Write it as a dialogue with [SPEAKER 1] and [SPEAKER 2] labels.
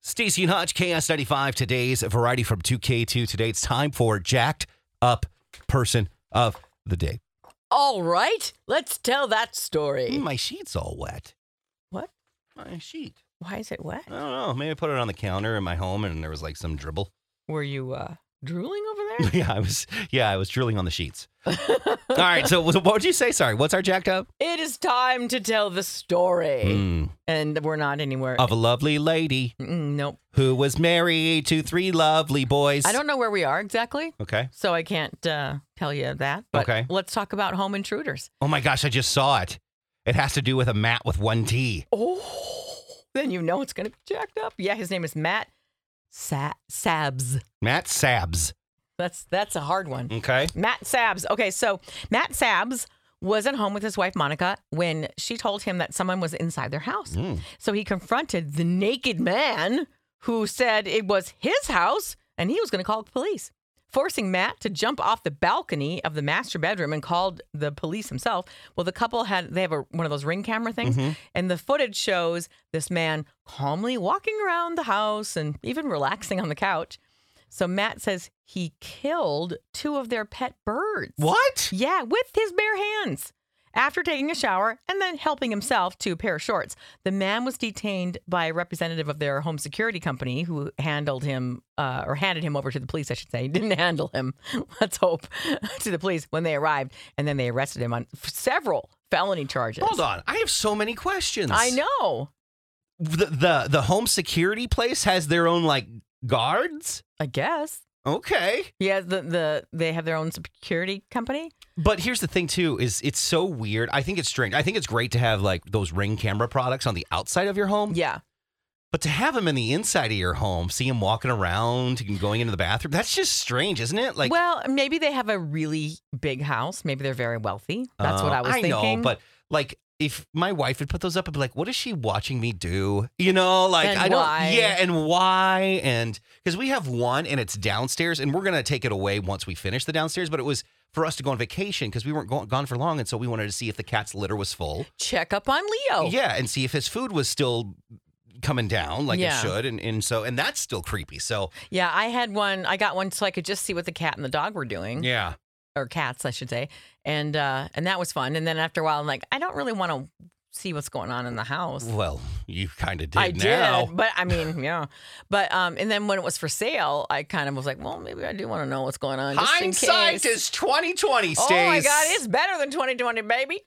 [SPEAKER 1] Stacey and Hutch, KS95, today's variety from 2K2. Today it's time for Jacked Up Person of the Day.
[SPEAKER 2] All right, let's tell that story.
[SPEAKER 1] Mm, My sheet's all wet.
[SPEAKER 2] What?
[SPEAKER 1] My sheet.
[SPEAKER 2] Why is it wet?
[SPEAKER 1] I don't know. Maybe I put it on the counter in my home and there was like some dribble.
[SPEAKER 2] Were you uh, drooling over
[SPEAKER 1] yeah, I was yeah, I was drilling on the sheets.
[SPEAKER 2] there?
[SPEAKER 1] All right, so what would you say? Sorry, what's our jacked up?
[SPEAKER 2] it is time to tell the story.
[SPEAKER 1] Mm,
[SPEAKER 2] And we're not anywhere.
[SPEAKER 1] of a lovely lady
[SPEAKER 2] Mm, nope.
[SPEAKER 1] who was married to three lovely boys.
[SPEAKER 2] I don't know where we are exactly,
[SPEAKER 1] Okay.
[SPEAKER 2] so I can't uh, tell you that. But
[SPEAKER 1] Okay.
[SPEAKER 2] let's talk about home intruders.
[SPEAKER 1] Oh my gosh, I just saw it. It has to do with a mat with one T.
[SPEAKER 2] Oh, then you know it's going to be jacked up. Yeah, his name is Matt Sa- Sabs.
[SPEAKER 1] Matt Sabs.
[SPEAKER 2] That's that's a hard one.
[SPEAKER 1] Okay.
[SPEAKER 2] Matt Sabs. Okay, so Matt Sabs was at home with his wife Monica when she told him that someone was inside their house.
[SPEAKER 1] Mm.
[SPEAKER 2] So he confronted the naked man who said it was his house and he was going to call the police, forcing Matt to jump off the balcony of the master bedroom and called the police himself. Well, the couple had they have a, one of those ring camera things,
[SPEAKER 1] Mhm.
[SPEAKER 2] and the footage shows this man calmly walking around the house and even relaxing on the couch. So Matt says he killed two of their pet birds.
[SPEAKER 1] What?
[SPEAKER 2] Yeah, with his bare hands. After taking a shower and then helping himself to a pair of shorts, the man was detained by a representative of their home security company who handled him uh, or handed him over to the police, I should say. Didn't handle him, let's hope, to the police when they arrived. And then they arrested him on f- several felony charges.
[SPEAKER 1] Hold on. I have so many questions.
[SPEAKER 2] I know.
[SPEAKER 1] The, the the home security place has their own like guards?
[SPEAKER 2] I guess.
[SPEAKER 1] Okay.
[SPEAKER 2] Yeah, the, the they have their own security company.
[SPEAKER 1] But here's the thing too is it's so weird. I think it's strange. I think it's great to have like those ring camera products on the outside of your home,
[SPEAKER 2] Yeah.
[SPEAKER 1] but to have them in the inside of your home, see them walking around and going into the bathroom, that's just strange, isn't it? Like
[SPEAKER 2] well, maybe they have a really big house. Maybe they're very wealthy. That's what
[SPEAKER 1] Uh,
[SPEAKER 2] I was
[SPEAKER 1] I
[SPEAKER 2] thinking.
[SPEAKER 1] know, but like if my wife would put those up and be like, "What is she watching me do?" You know, like
[SPEAKER 2] And
[SPEAKER 1] I don't.
[SPEAKER 2] why.
[SPEAKER 1] Yeah, and why? And because we have one and it's downstairs, and we're gonna take it away once we finish the downstairs. But it was for us to go on vacation because we weren't go- gone for long, and so we wanted to see if the cat's litter was full.
[SPEAKER 2] check up on Leo.
[SPEAKER 1] Yeah, and see if his food was still coming down like
[SPEAKER 2] Yeah.
[SPEAKER 1] it should, and and so and that's still creepy. So
[SPEAKER 2] Yeah, I had one. I got one so I could just see what the cat and the dog were doing,
[SPEAKER 1] yeah,
[SPEAKER 2] or cats, I should say. And uh, and that was fun. And then after a while, I'm like, I don't really want to see what's going on in the house.
[SPEAKER 1] well, you kind of did
[SPEAKER 2] I
[SPEAKER 1] now.
[SPEAKER 2] did, but I mean, yeah. But um, and then when it was for sale, I kind of was like, well, maybe I do want to know what's going on. Just in
[SPEAKER 1] Hindsight
[SPEAKER 2] case.
[SPEAKER 1] is twenty twenty.
[SPEAKER 2] Oh my God, it's better than 2020, baby.